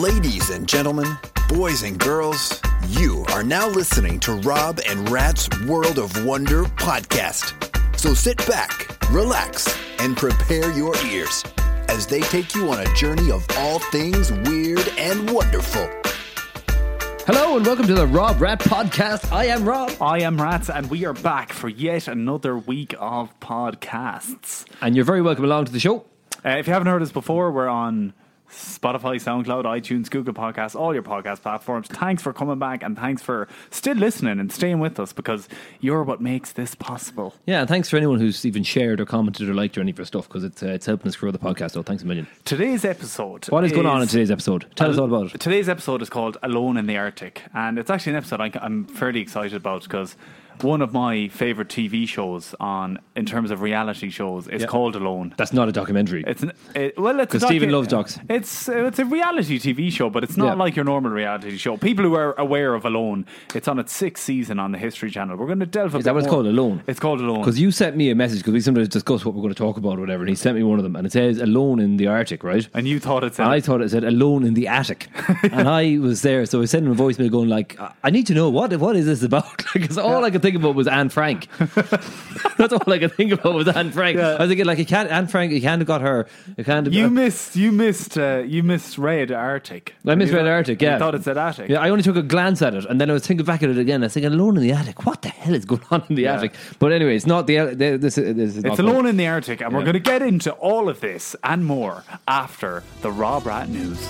Ladies and gentlemen, boys and girls, you are now listening to Rob and Rat's World of Wonder podcast. So sit back, relax, and prepare your ears as they take you on a journey of all things weird and wonderful. Hello and welcome to the Rob Rat Podcast. I am Rob. I am Rats, and we are back for yet another week of podcasts. And you're very welcome along to the show. Uh, if you haven't heard us before, we're on Spotify, SoundCloud, iTunes, Google Podcasts, all your podcast platforms. Thanks for coming back, and thanks for still listening and staying with us because you're what makes this possible. Yeah, and thanks for anyone who's even shared or commented or liked or any of our stuff because it's, uh, it's helping us grow the podcast. So thanks a million. Today's episode. What is going on in today's episode? Tell us all about it. Today's episode is called Alone in the Arctic, and it's actually an episode I- I'm fairly excited about because one of my favorite TV shows on in terms of reality shows is Yeah. called Alone. That's not a documentary. It's an, it, well, it's a 'Cause Stephen loves docs. It's it's a reality TV show, but it's not Yeah. like your normal reality show. People who are aware of Alone, it's on its sixth season on the History Channel. We're going to delve. A Is bit that what it's more- called, Alone? It's called Alone. Because you sent me a message because we sometimes discuss what we're going to talk about or whatever, and he sent me one of them, and it says "Alone in the Arctic," right? and you thought it's. And I thought it said "Alone in the Attic," and I was there, so I sent him a voicemail going like, "I- "I need to know what what is this about?" Because all I could think about was Anne Frank. That's all I could think about was Anne Frank. I was thinking like, "You can't Anne Frank. You can't have got her. You can't." Have, you missed. You missed. Uh, you misread Arctic. I misread You- Arctic, You yeah. thought it said Attic. Yeah, I only took a glance at it, and then I was thinking back at it again. I was thinking, "Alone in the attic. What the hell is going on in the Yeah. attic?" But anyway, it's not the. the- This, is- this is not It's good. Alone in the Arctic, and we're Yeah. going to get into all of this and more after the Rob Rat News.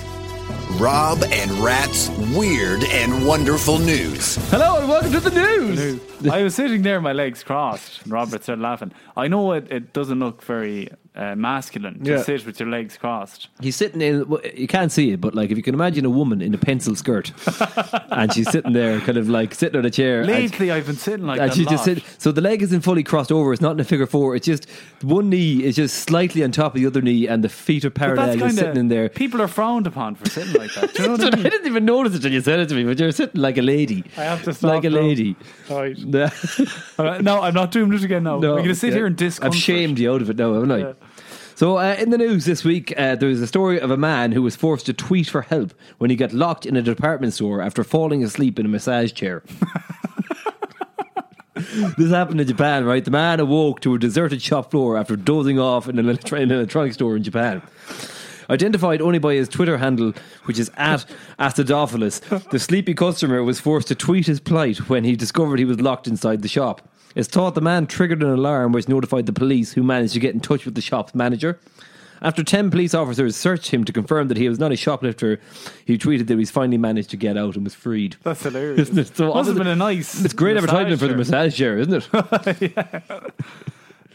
Rob and Rat's Weird and Wonderful News. Hello and welcome to the news. I was sitting there, my legs crossed, and Robert started laughing. I know it, it doesn't look very uh, masculine to Yeah. sit with your legs crossed. He's sitting in. well, You can't see it, but like if you can imagine a woman in a pencil skirt, and she's sitting there, kind of like sitting on a chair. and- Lately, I've been sitting like And that. she's a just lot. sitting, so the leg isn't fully crossed over. It's not in a figure four. It's just one knee is just slightly on top of the other knee, and the feet are But parallel. You're kinda- sitting in there. People are frowned upon for sitting like that. Do you know So I what I mean? didn't even notice it till you said it to me, but you're sitting like a lady. I have to stop like a now. lady. Right. No, All right, No, I'm not doing it again now. no, We're going to sit yeah. here and discomfort. I've shamed you out of it now, haven't I? Yeah. So, uh, in the news this week, uh, there is a story of a man who was forced to tweet for help when he got locked in a department store after falling asleep in a massage chair. this happened in Japan, right? The man awoke to a deserted shop floor after dozing off in an, electro- in an electronic store in Japan. Identified only by his Twitter handle, which is at Acidophilus, the sleepy customer was forced to tweet his plight when he discovered he was locked inside the shop. It's thought the man triggered an alarm which notified the police, who managed to get in touch with the shop's manager. After 10 police officers searched him to confirm that he was not a shoplifter, he tweeted that he's finally managed to get out and was freed. That's hilarious. Isn't it? So Must have obviously- been a nice. It's great massage advertisement for the chair. massage chair, isn't it?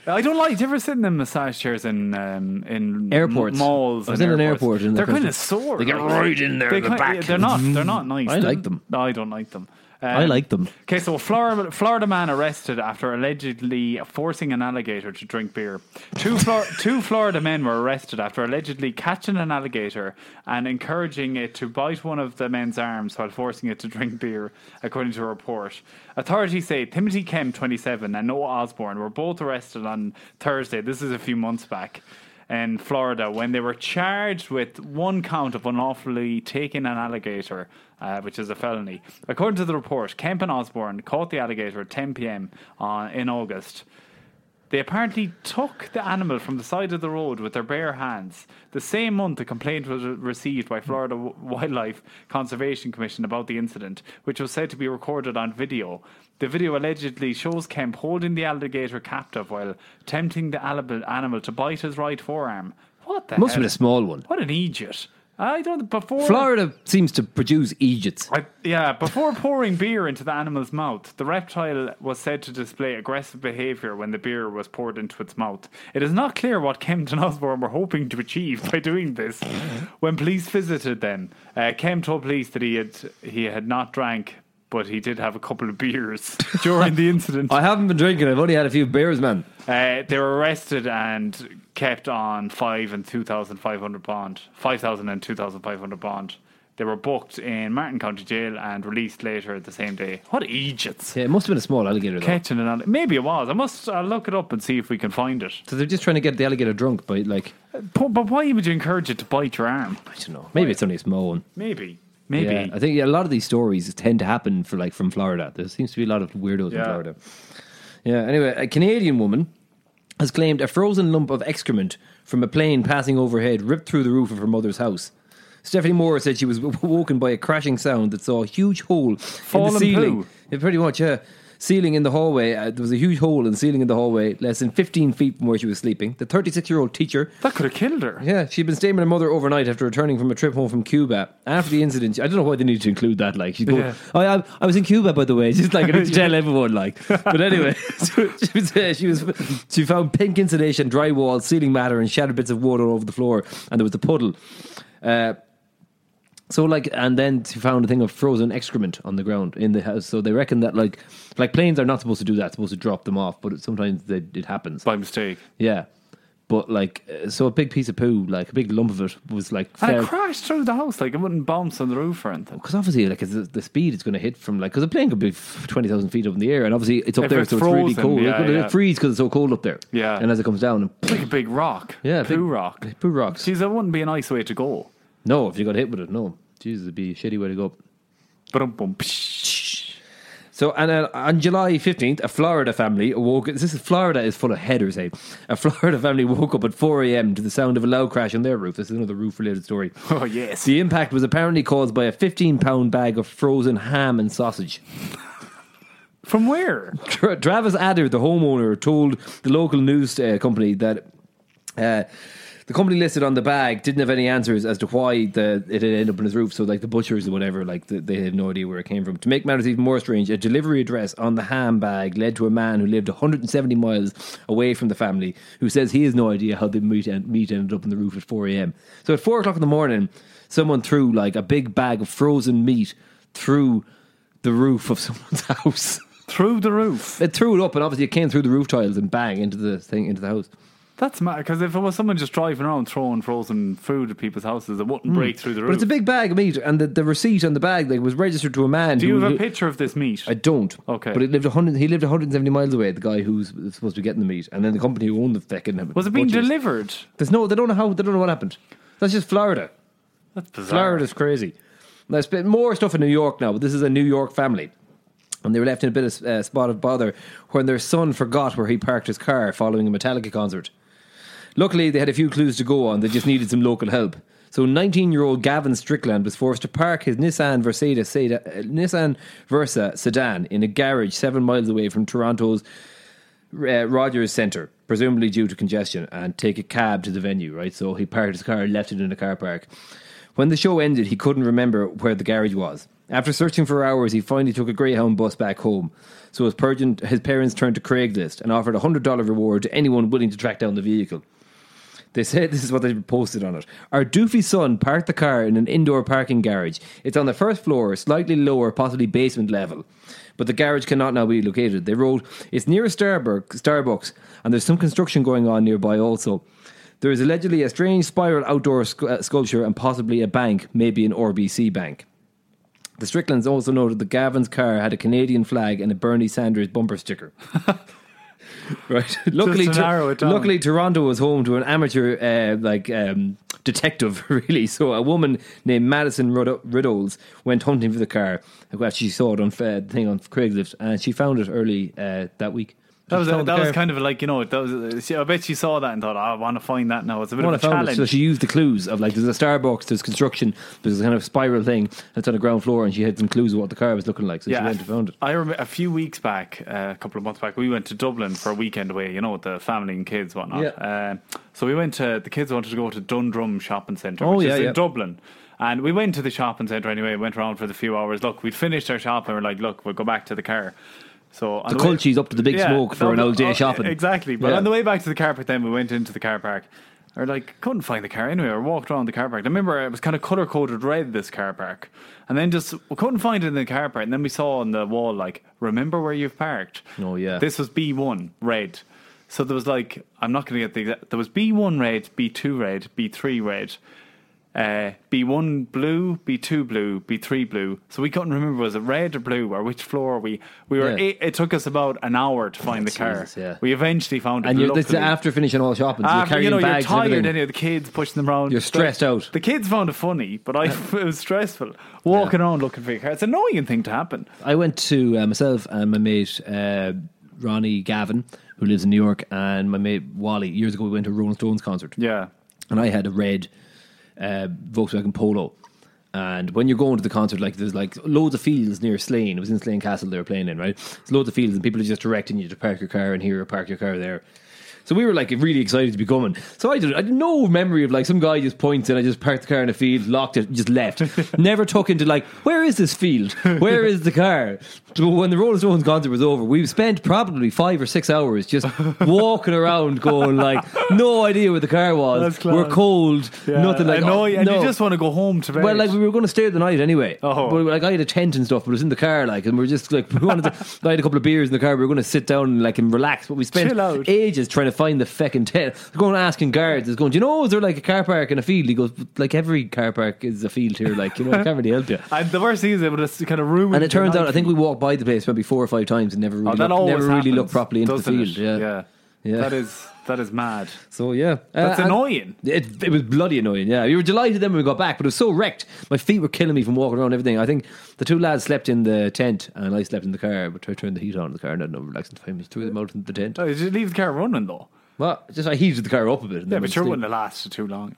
I don't like. Do you ever sit in the massage chairs in um, in Airports. m- malls? I was and in an airports. airport and they're they come kind of to- sore. they get like- right in there in the kinda- back. yeah, they're not. They're not nice. I They're- like them. No, I don't like them. Um, I like them. Okay, so a Florida, Florida man arrested after allegedly forcing an alligator to drink beer. Two, Flor- two Florida men were arrested after allegedly catching an alligator and encouraging it to bite one of the men's arms while forcing it to drink beer, according to a report. Authorities say Timothy Kemp, 27, and Noah Osborne were both arrested on Thursday. This is a few months back in Florida when they were charged with one count of unlawfully taking an alligator, uh, which is a felony. According to the report, Kemp and Osborne caught the alligator at 10 p.m. On, uh, in August. They apparently took the animal from the side of the road with their bare hands. The same month, a complaint was received by Florida W- Wildlife Conservation Commission about the incident, which was said to be recorded on video. The video allegedly shows Kemp holding the alligator captive while tempting the alib- animal to bite his right forearm. What the Must have hell? been a small one. What an idiot. I don't before Florida seems to produce Egypts. I, yeah, before pouring beer into the animal's mouth, the reptile was said to display aggressive behavior when the beer was poured into its mouth. It is not clear what Kemp and Osborne were hoping to achieve by doing this. When police visited them, uh, Kemp told police that he had he had not drank, but he did have a couple of beers during the incident. I haven't been drinking. I've only had a few beers, man. Uh, they were arrested and kept on five and two thousand five hundred bond, five thousand and two thousand five hundred bond. They were booked in Martin County Jail and released later the same day. What idiots! Yeah, it must have been a small alligator, though. Catching an alligator. Maybe it was. I must I'll look it up and see if we can find it. So they're just trying to get the alligator drunk by, like, But, but why would you encourage it to bite your arm? I don't know. Maybe it's only a small one. Maybe. Maybe. Yeah, I think yeah, a lot of these stories tend to happen for like from Florida. There seems to be a lot of weirdos in Yeah. Florida. Yeah. Anyway, a Canadian woman has claimed a frozen lump of excrement from a plane passing overhead ripped through the roof of her mother's house. Stephanie Moore said she was woken by a crashing sound that saw a huge hole in Fallen the ceiling. poo. Yeah, pretty much, yeah. Ceiling in the hallway. Uh, there was a huge hole in the ceiling in the hallway, less than 15 feet from where she was sleeping. The 36 year old teacher That could have killed her. yeah, she'd been staying with her mother overnight after returning from a trip home from Cuba. After the incident, I don't know why they needed to include that. Like, she'd go, Yeah. oh, yeah, I- I was in Cuba, by the way. Just like I need to tell everyone. Like, but anyway, so she was, uh, she was she found pink insulation, drywall, ceiling matter, and shattered bits of wood all over the floor, and there was a puddle. Uh, so like, and then she found a thing of frozen excrement on the ground in the house. So they reckon that like, like planes are not supposed to do that; supposed to drop them off, but sometimes they, it happens. By mistake. Yeah. But like, uh, so a big piece of poo, like a big lump of it was like, And it crashed through the house. Like it wouldn't bounce on the roof or anything. because obviously, like, it's the the speed it's going to hit from like, because a plane could be f- 20,000 feet up in the air, and obviously it's up If there, it's so it's really frozen, cold. yeah, it, yeah. it freezes because it's so cold up there. Yeah. And as it comes down, It's like a big rock. Yeah, Poo big- rock. and poo rocks. Jeez, that wouldn't be a nice way to go. No, if you got hit with it, no. Jesus, it'd be a shitty way to go. Bum, bum, psh. So, and uh, on July 15th, a Florida family woke. This is Florida is full of headers, eh? A Florida family woke up at 4 a.m. to the sound of a loud crash on their roof. This is another roof related story. Oh, yes. The impact was apparently caused by a 15 pound bag of frozen ham and sausage. From where? Tra- Travis Adder, the homeowner, told the local news uh, company that uh, the company listed on the bag didn't have any answers as to why the, it had ended up on his roof. So, like the butchers or whatever, like the, they had no idea where it came from. To make matters even more strange, a delivery address on the ham bag led to a man who lived 170 miles away from the family, who says he has no idea how the meat, en- meat ended up on the roof at 4 a.m. So, at 4 o'clock in the morning, someone threw like a big bag of frozen meat through the roof of someone's house. Through the roof. It threw it up, and obviously it came through the roof tiles and bang into the thing into the house. That's mad. Because if it was someone just driving around throwing frozen food at people's houses, it wouldn't break through the But roof. it's a big bag of meat, and the, the receipt on the bag like was registered to a man. Do you who have a li- picture of this meat? I don't. Okay. But it lived 100, he lived 170 miles away. The guy who's supposed to be getting the meat, and then the company who owned the fucking was it being butchers. delivered? There's no. They don't know how. They don't know what happened. That's just Florida. That's bizarre. Florida's crazy. There's been more stuff in New York now, but this is a New York family. And they were left in a bit of uh, spot of bother when their son forgot where he parked his car following a Metallica concert. Luckily, they had a few clues to go on. They just needed some local help. So, 19-year-old Gavin Strickland was forced to park his Nissan Verseda, Seda, uh, Nissan Versa sedan in a garage seven miles away from Toronto's uh, Rogers Centre, presumably due to congestion, and take a cab to the venue, right? So he parked his car and left it in a car park. When the show ended, he couldn't remember where the garage was. After searching for hours, he finally took a Greyhound bus back home. So his, parent, his parents turned to Craigslist and offered a $100 reward to anyone willing to track down the vehicle. They said this is what they posted on it. Our doofy son parked the car in an indoor parking garage. It's on the first floor, slightly lower, possibly basement level. But the garage cannot now be located. They wrote, It's near a Starbucks, Starbucks, and there's some construction going on nearby also. There is allegedly a strange spiral outdoor sc- uh, sculpture and possibly a bank, maybe an RBC bank. The Stricklands also noted that Gavin's car had a Canadian flag and a Bernie Sanders bumper sticker. right. Luckily, to Tor- narrow it down. luckily, Toronto was home to an amateur uh, like um, detective, really. So a woman named Madison Rudd- Riddles went hunting for the car. Well, she saw it on uh, thing on Craigslist, and she found it early uh, that week. That was, She found the that was car. kind of like, you know, that was, she- I bet she saw that and thought, "Oh, I want to find that now. It's a bit Well, I of a found it. challenge. So she used the clues of like there's a Starbucks, there's construction, there's a kind of spiral thing that's on the ground floor, and she had some clues of what the car was looking like. So she went and found it. I remember a few weeks back, uh, a couple of months back, we went to Dublin for a weekend away, you know, with the family and kids, whatnot. Yeah. Uh, so we went to, the kids wanted to go to Dundrum Shopping Centre, Oh, which yeah, is yeah. in Dublin. And we went to the shopping centre anyway, went around for the few hours. Look, we'd finished our shopping, we're like, look, we'll go back to the car. So on The way- Colchis up to the big smoke for no, an old day oh, shopping. Exactly. But Yeah. on the way back to the car park, then we went into the car park. Or like couldn't find the car anyway. Or walked around the car park. I remember it was kind of color coded red. This car park, and then just we couldn't find it in the car park. And then we saw on the wall like, remember where you've parked. Oh, yeah. This was B one red. So there was like I'm not going to get the exact. There was B one red, B two red, B three red. uh, B1 blue, B2 blue, B3 blue. So we couldn't remember was it red or blue or which floor we we Yeah. were. Oh, It, it took us about an hour to find the car. Jesus, yeah. We eventually found it. And you're, this is luckily. after finishing all shopping. So you're After, carrying Ah, you know, you're bags and tired, everything. and you're the kids pushing them around. You're stressed The- out. The kids found it funny, but I it was stressful walking around looking for your car. It's an annoying thing to happen. I went to uh, myself and my mate uh, Ronnie Gavin, who lives in New York, and my mate Wally. Years ago, we went to a Rolling Stones concert. Yeah, and I had a red uh, Volkswagen Polo. And when you're going to the concert, like there's like loads of fields near Slane. It was in Slane Castle they were playing in, right? There's loads of fields, and people are just directing you to park your car and here, or park your car there. So we were like really excited to be coming. So I did. I had no memory of like some guy just points and I just parked the car in a field, locked it, just left. Never took into like where is this field? Where is the car? So when the Rolling Stones concert was over, we spent probably five or six hours just walking around, going like no idea where the car was. That's class. We're cold, yeah. nothing like annoying, oh, and no. you just want to go home to bed. Well, like we were going to stay the night anyway. Oh. but like I had a tent and stuff, but it was in the car, like, and we were just like we wanted to. I had a couple of beers in the car. We were going to sit down and like and relax, but we spent Chill out. ages trying to find the feckin' tent. Going asking guards, is going, do you know is there like a car park and a field? He goes, like every car park is a field here, like you know, I can't really help you. and the worst thing is it would just kind of ruin. And it your turns out, night. I think we walked by the place maybe four or five times and never really, oh, that looked, always never really happens, looked properly into the doesn't field. it? Yeah. yeah, Yeah. That is that is mad. So yeah, Uh, That's and- annoying. It, it was bloody annoying. Yeah, we were delighted then when we got back, but it was so wrecked. My feet were killing me from walking around. and Everything. I think the two lads slept in the tent, and I slept in the car. But I turned the heat on in the car, and I had no relaxing time. Just threw them out in the tent. Oh, you just leave the car running though. Well, just I heated the car up a bit. And Yeah, then but we sure sleep. wouldn't have lasted too long.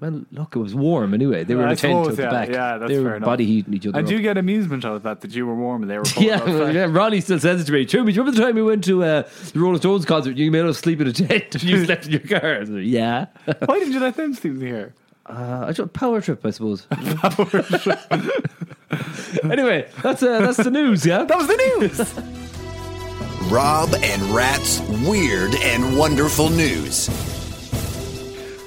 Well, look, it was warm anyway. They were I in a tent suppose, at the yeah, back. yeah, that's they fair were enough. body heating each other. I up. do get amusement out of that that you were warm and they were cold Yeah, outside. yeah, Ronnie still says it to me. True, but you remember the time we went to uh, the Rolling Stones concert? You made us sleep in a tent. and You slept in your car. I was like, yeah, Why did you let them sleep here? Uh, I don't- power trip, I suppose. anyway, that's uh, that's the news. Yeah, That was the news. Rob and Rat's weird and wonderful news.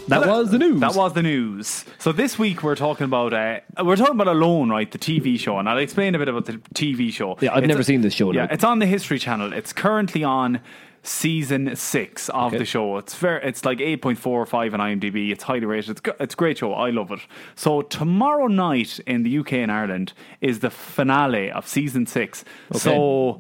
that was the news. That was the news. So this week we're talking about uh, we're talking about Alone, right? The TV show, and I'll explain a bit about the TV show. Yeah, I've It's never a- seen this show, Yeah, like. it's on the History Channel. It's currently on season six of Okay. the show. It's fair. It's like eight point four five on IMDb. It's highly rated. It's go- it's a great show. I love it. So tomorrow night in the UK and Ireland is the finale of season six. So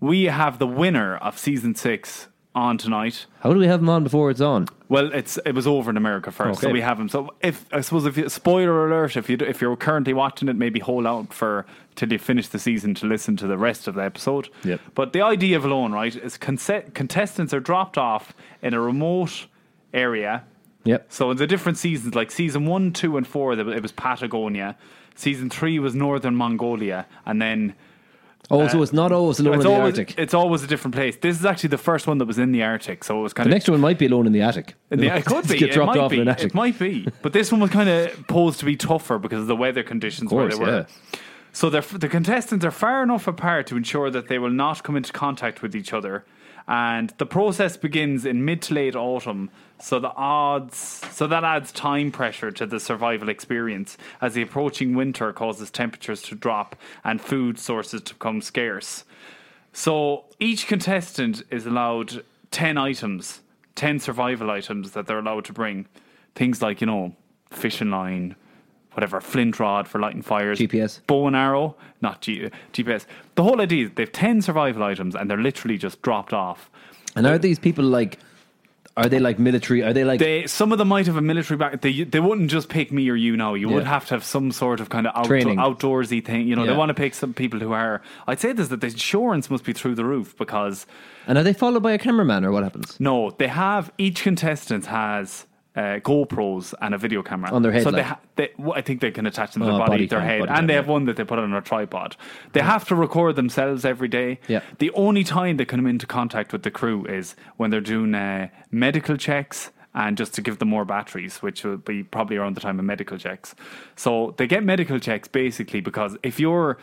we have the winner of season six on tonight. How do we have them on before it's on? Well, it's it was over in America first, so Okay. we have them. So if I suppose if you, spoiler alert, if you do- if you're currently watching it, maybe hold out for till you finish the season to listen to the rest of the episode. Yep. But the idea of Alone, right, is conse- contestants are dropped off in a remote area. Yep. So in the different seasons, like season one, two, and four, there- it was Patagonia. Season three was Northern Mongolia, and then Oh, so it's not always alone it's in the always Arctic. it's always a different place. This is actually the first one that was in the Arctic, so it was kind the of next one might be alone in the attic. yeah, it could be. Get it dropped might off be. in an attic. It might be. But this one was kind of posed to be tougher because of the weather conditions course, where they were. yeah. So they're, the contestants are far enough apart to ensure that they will not come into contact with each other. And the process begins in mid to late autumn, so the odds, so that adds time pressure to the survival experience as the approaching winter causes temperatures to drop and food sources to become scarce. So each contestant is allowed 10 items, 10 survival items that they're allowed to bring. Things like, you know, fishing line, whatever, flint rod for lighting fires, GPS. bow and arrow, not G- GPS. The whole idea is they've 10 survival items and they're literally just dropped off. and are these people like? Are they like military? Are they like? They, some of them might have a military back. They, they wouldn't just pick me or you now. You would Yeah. have to have some sort of kind of outdo- Training. outdoorsy thing. You know, Yeah. they want to pick some people who are. I'd say this that the insurance must be through the roof because and are they followed by a cameraman or what happens? No, they have each contestant has uh, GoPros and a video camera On their head, So they, like. ha- they well, I think they can attach them to Oh, their body, body their cam, head, body and cam, they yeah. have one that they put on a tripod. They have to record themselves every day. Yeah. The only time they come into contact with the crew is when they're doing uh, medical checks. And just to give them more batteries, which will be probably around the time of medical checks. So they get medical checks basically because if you're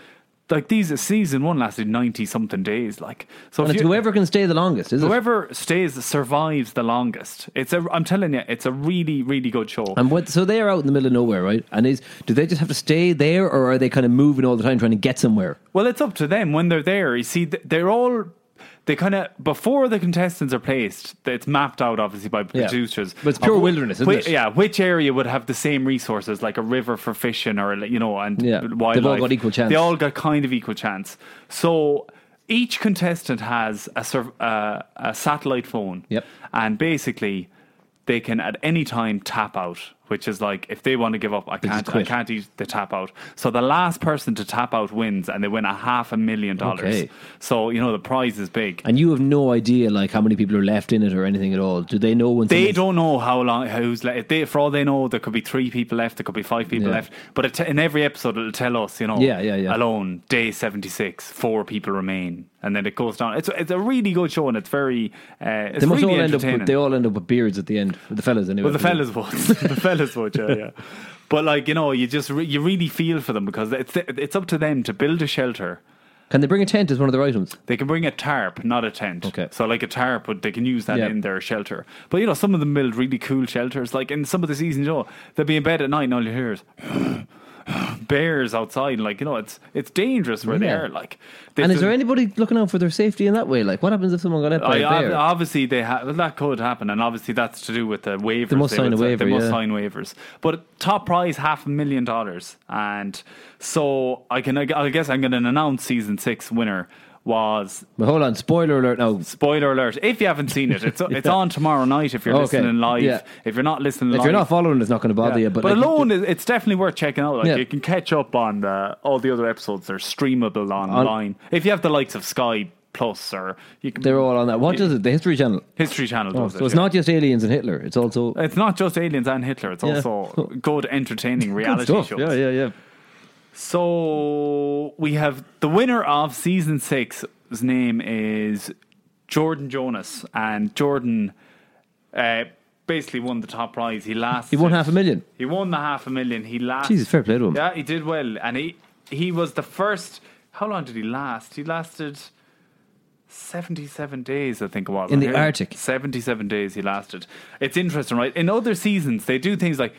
like these, season one lasted 90 something days. Like, so And if it's you- whoever can stay the longest, is it? Whoever stays survives the longest. It's a. I'm telling you, it's a really, really good show. And what, so they are out in the middle of nowhere, right? And is do they just have to stay there, or are they kind of moving all the time trying to get somewhere? well, it's up to them when they're there. You see, th- they're all. they kind of before the contestants are placed, it's mapped out obviously by producers. But it's pure of wh- wilderness, isn't whi- it? Yeah, which area would have the same resources, like a river for fishing, or you know, and Yeah, they've all wildlife. got equal chance. They all got kind of equal chance. So each contestant has a sur- uh, a satellite phone. Yep. and basically. They can at any time tap out, which is like if they want to give up, I can't. I quit. can't eat the tap out. So the last person to tap out wins, and they win a half a million dollars. Okay. So you know the prize is big. And you have no idea like how many people are left in it or anything at all. Do they know when They someone's- don't know how long who's left. They, for all they know, there could be three people left. There could be five people Yeah. left. But it t- in every episode, it'll tell us, you know, Yeah, yeah, yeah. Alone, day seventy six, four people remain, and then it goes down. It's it's a really good show, and it's very. Uh, it's They must really all end up. entertaining. With, they all end up with beards at the end. The fellas anyway. Well, the fellas would. the fellas would, yeah, yeah. But like you know, you just re- you really feel for them because it's it's up to them to build a shelter. Can they bring a tent as one of their items? They can bring a tarp, not a tent. Okay. So like a tarp, but they can use that Yeah. in their shelter. But you know, some of them build really cool shelters. Like in some of the seasons, you know, they'll be in bed at night and all you hear is bears outside. and, Like you know, it's it's dangerous where they Yeah. are. Like, they and is feel- there anybody looking out for their safety in that way? Like, what happens if someone got hit by I, a ob- bear? obviously, they ha- well, that could happen, and obviously that's to do with the waivers. They must sign would a say- waiver, They must yeah. sign waivers. But top prize half a million dollars, and so I can. I guess I'm going to announce season six winner was but hold on, spoiler alert! Now, if Spoiler alert! If you haven't seen it, it's it's on tomorrow night. If you're Okay, listening live, yeah. if you're not listening, live, you're not following, it's not going to bother you. But, like, alone, it- it's definitely worth checking out. Like Yeah. you can catch up on the, all the other episodes. They're streamable online. if you have the likes of Sky Plus or you can, they're all on that. What does it? The History Channel. History Channel does Oh, So it. it's yeah. not just aliens and Hitler. It's also It's not just aliens and Hitler. It's Yeah. also good, entertaining good reality stuff. shows. Yeah, yeah, yeah. So we have the winner of season six's name is Jordan Jonas, and Jordan uh, basically won the top prize. He last He won half a million. He won the half a million. He last. Jesus, fair play to him. Yeah, he did well, and he he was the first. How long did he last? He lasted. 77 days, I think it was. In the Yeah. Arctic. 77 days he lasted. It's interesting, right? In other seasons, they do things like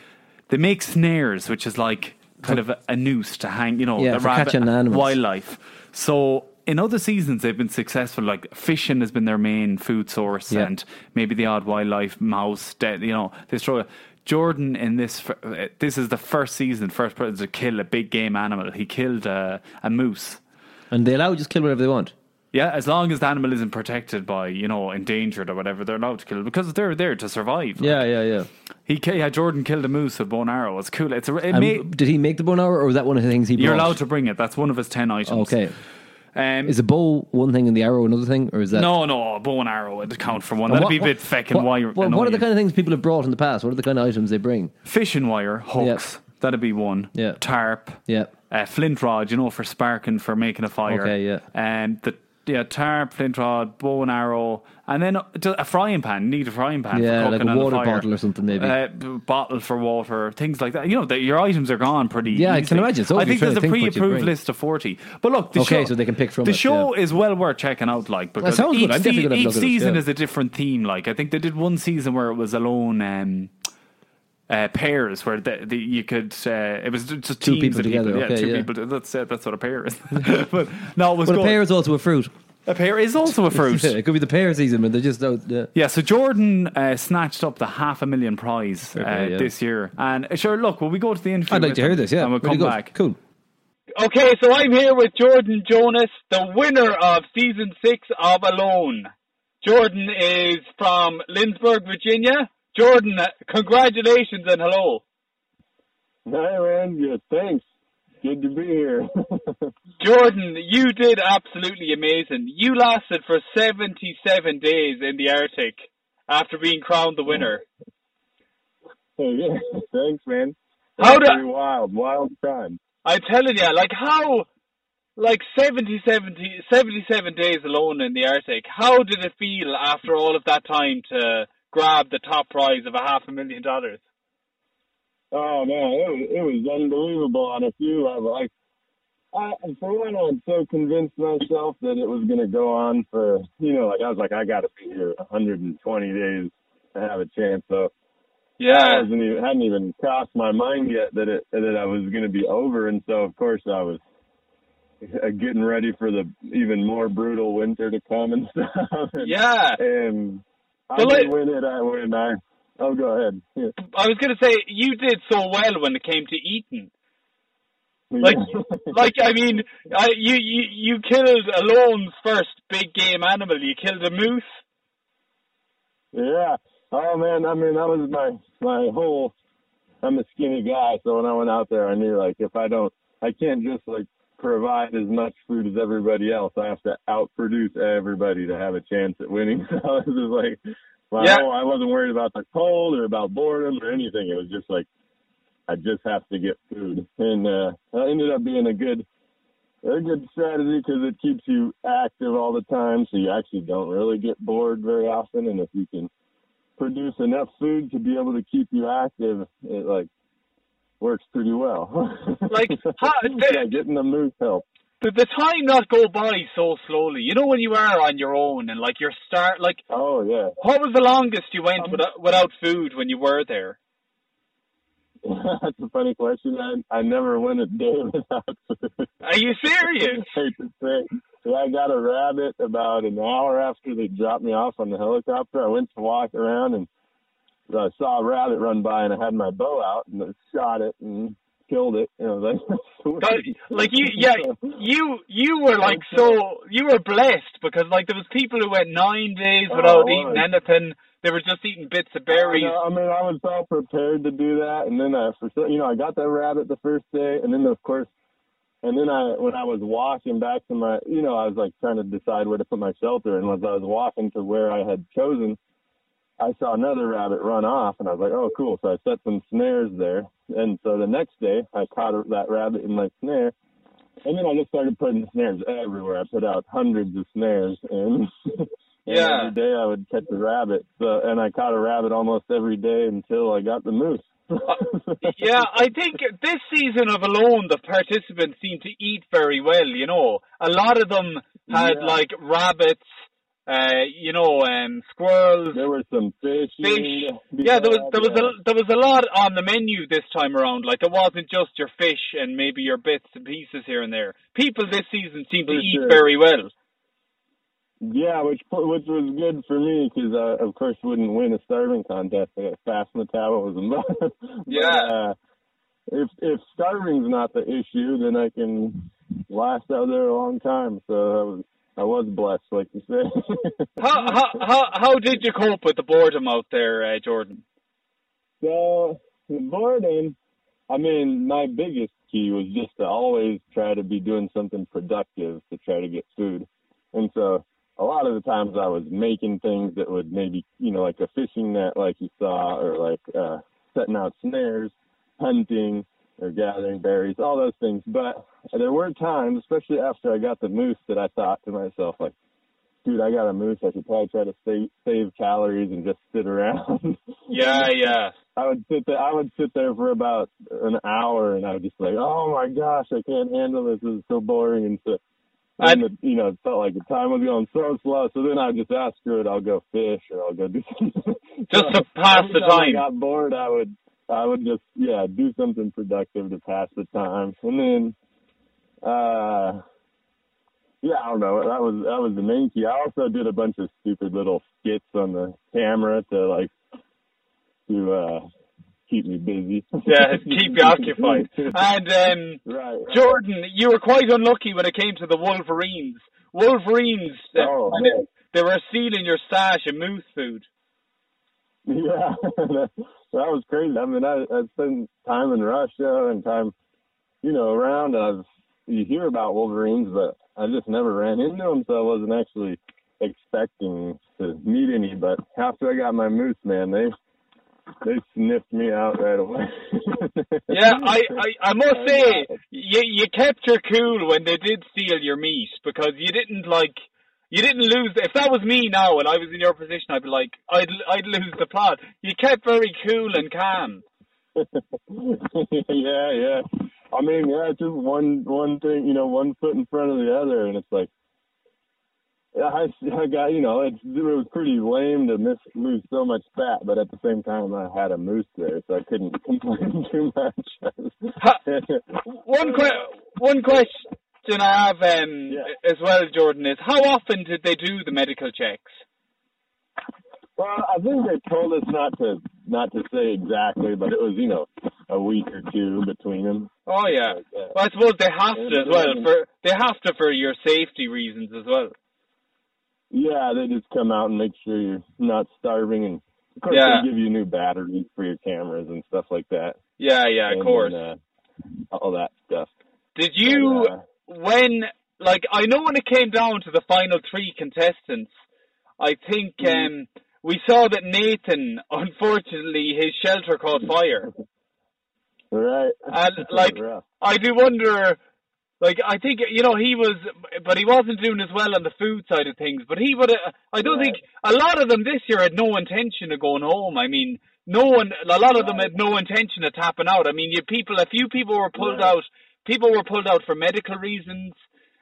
they make snares, which is like kind of a, a noose to hang, you know, Yeah, the for catching animals. wildlife. So in other seasons, they've been successful. Like fishing has been their main food source, Yeah. and maybe the odd wildlife, mouse, dead, you know, they struggle. Jordan in this fir- uh, this is the first season, first person to kill a big game animal. He killed a, a moose. And they allow you to just kill whatever they want. Yeah, as long as the animal isn't protected by, you know, endangered or whatever, they're allowed to kill it because they're there to survive. Yeah, yeah, yeah. He, ki- yeah, Jordan killed a moose with bone arrow. It's cool. It's a, it And may- did he make the bone hour, or was that one of the things he? you're brought? allowed to bring it. That's one of his 10 items. Okay. Um, Is the bow one thing and the arrow another thing, or is that no, no, a bow and arrow would count for one. And That'd what- be a bit feckin' what, wire. Well, what are the annoying. kind of things people have brought in the past? What are the kind of items they bring? Fishing wire, hooks. That'd be one. Yeah. Tarp. Yeah. Uh, flint rod, you know, for sparking, for making a fire. Okay, yeah. And the yeah, tarp, flint rod, bow and arrow, and then a a frying pan. You Need a frying pan. Yeah, for like cooking a on the water fire. bottle or something, maybe. Uh, b- bottle for water, things like that. You know, the, your items are gone pretty. Yeah, I can easily. imagine. It's I always think trying there's a to think what you pre-approved bring. list of forty. But look, the Okay, show, so they can pick from the it, show is well worth checking out. Like because sounds good. each, I'm definitely gonna have a look each at it, season yeah. is a different theme. Like I think they did one season where it was alone. Um, uh, pairs where the, the, you could uh, it was just Two teams people of together, People. Yeah, okay, two yeah. people. That's it. That's what a pair is. but no, it was Well, good. a pear is also a fruit. A pear is also a fruit. it could be the pear season, but they're just out. Yeah. Yeah, so Jordan uh, snatched up the half a million prize uh, play, yeah. this year, and uh, sure, look, well, we go to the interview. I'd like with to hear him, this. Yeah, and we'll Really come good. back. Cool. Okay, so I'm here with Jordan Jonas, the winner of season six of Alone. Jordan is from Lindsburg, Virginia. Jordan, congratulations and hello. Hey man, yeah, thanks. Good to be here. Jordan, you did absolutely amazing. You lasted for 77 days in the Arctic after being crowned the winner. Oh, yeah, thanks man. How That's do- pretty wild, wild time. I'm telling you, like how, like 70, 70, 77 days alone in the Arctic, how did it feel after all of that time to grab the top prize of a half a million dollars? Oh man, it was it was unbelievable on a few levels. Like, I for one, I'd so convinced myself that it was gonna go on for you know, like I was like, I gotta be here 120 days to have a chance. So I Yeah. wasn't even, hadn't even crossed my mind yet that it that it, I was gonna be over, and so of course I was uh, getting ready for the even more brutal winter to come and stuff. And, Yeah. and I So let- did win it. I win. I. Oh, go ahead. Yeah. I was going to say, you did so well when it came to Eton. Like, like I mean, I, you, you you killed Alone's first big game animal. You killed a moose. Yeah. Oh man, I mean that was my my whole I'm a skinny guy, so when I went out there I knew like if I don't I can't just like provide as much food as everybody else. I have to outproduce everybody to have a chance at winning. So it was just like my Yeah. whole, I wasn't worried about the cold or about boredom or anything. It was just like I just have to get food. And uh that ended up being a good a good strategy because it keeps you active all the time, so you actually don't really get bored very often. And if you can produce enough food to be able to keep you active, it like works pretty well. Like, how- yeah, getting the moose help. But the time not go by so slowly. You know when you are on your own and like you're start like Oh yeah. what was the longest you went without, without food when you were there? That's a funny question. I I never went a day without food. Are you serious? hate to say. Yeah, I got a rabbit about an hour after they dropped me off on the helicopter. I went to walk around and I saw a rabbit run by, and I had my bow out and I shot it and killed it. And I was like, That- like you, yeah, you you were like so you were blessed because like there was people who went nine days Oh, without I eating was. Oh, anything. They were just eating bits of berries. I, know, I mean, I was all prepared to do that, and then I, for sure, you know, I got that rabbit the first day, and then of course, and then I, when I was walking back to my, you know, I was like trying to decide where to put my shelter, and as I was walking to where I had chosen, I saw another rabbit run off, and I was like, oh, cool. So I set some snares there, and so the next day I caught that rabbit in my snare. And then I just started putting snares everywhere. I put out hundreds of snares, and, and Yeah. every day I would catch a rabbit. So, and I caught a rabbit almost every day until I got the moose. yeah, I think this season of Alone, the participants seem to eat very well. You know, a lot of them had Yeah. like rabbits, uh, you know, um, squirrels, there were some fish. you fish. can be Yeah, there was had, there was yeah. a there was a lot on the menu this time around. Like it wasn't just your fish and maybe your bits and pieces here and there. People this season seem to For eat sure. very well. Yeah, which which was good for me because I, of course, wouldn't win a starving contest. I got fast metabolism. but, Yeah. Uh, if if starving's not the issue, then I can last out there a long time. So I was I was blessed, like you say. How how how, how did you cope with the boredom out there, uh, Jordan? So the boredom, I mean, my biggest key was just to always try to be doing something productive to try to get food. And so a lot of the times I was making things that would maybe, you know, like a fishing net like you saw or like uh setting out snares, hunting or gathering berries, all those things. But there were times, especially after I got the moose, that I thought to myself, like, dude, I got a moose. I should probably try to save, save calories and just sit around. Yeah, yeah. I would sit there. I would sit there for about an hour, and I would just like, "Oh my gosh, I can't handle this. This is so boring." And so, and the, you know, it felt like the time was going so slow. So then I'd just ask, "Screw it, I'll go fish, or I'll go do something." Just So to pass every the time time. I got bored. I would, I would just, yeah, do something productive to pass the time, and then, uh, yeah, I don't know. That was that was the main key. I also did a bunch of stupid little skits on the camera to like to uh keep me busy. Yeah, keep you occupied. And um, right. right. Jordan, you were quite unlucky when it came to the Wolverines. Wolverines, uh, Oh, and man. they were stealing your stash of moose food. Yeah, that was crazy. I mean, I, I spent time in Russia and time, you know, around. I've you hear about Wolverines, but I just never ran into them, so I wasn't actually expecting to meet any. But after I got my moose, man, they they sniffed me out right away. Yeah, I, I, I must Oh, say, God. you, you kept your cool when they did steal your meat because you didn't like, you didn't lose. If that was me now and I was in your position, I'd be like, I'd, I'd lose the plot. You kept very cool and calm. yeah, yeah. I mean, yeah, it's just one one thing, you know, one foot in front of the other, and it's like, I, I got, you know, it's, it was pretty lame to miss lose so much fat, but at the same time, I had a moose there, so I couldn't complain too much. Ha- One que- one question. question I have um, Yeah. as well, Jordan, is how often did they do the medical checks? Well, I think they told us not to not to say exactly, but it was you know a week or two between them. Oh yeah. Like that. Well, I suppose they have Yeah, to as but well then- for they have to for your safety reasons as well. Yeah, they just come out and make sure you're not starving, and of course Yeah. they give you new batteries for your cameras and stuff like that. Yeah, yeah, of And, course. uh, all that stuff. Did you And, uh, when like I know when it came down to the final three contestants, I think um, we saw that Nathan unfortunately his shelter caught fire. right? And, like, Rough. I do wonder. Like I think you know he was, but he wasn't doing as well on the food side of things. But he would. I don't think a lot of them this year had no intention of going home. I mean, no one. A lot of them had no intention of tapping out. I mean, you people. A few people were pulled Right. out. People were pulled out for medical reasons,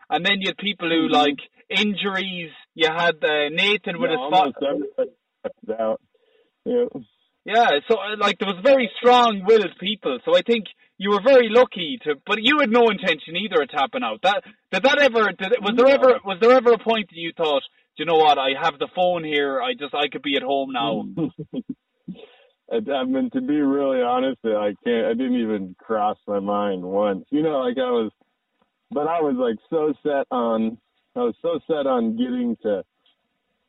and then you had people Mm-hmm. who like injuries. You had uh, Nathan with Yeah, his fa- almost everybody stepped out. Yeah. yeah, so uh, like there was very strong-willed people. So I think you were very lucky to, but you had no intention either of tapping out. That did that ever? Did it, was there No. ever? Was there ever a point that you thought, do you know what? I have the phone here. I just I could be at home now. I, I mean, to be really honest, I can't. I didn't even cross my mind once. You know, like I was, but I was like so set on. I was so set on getting to.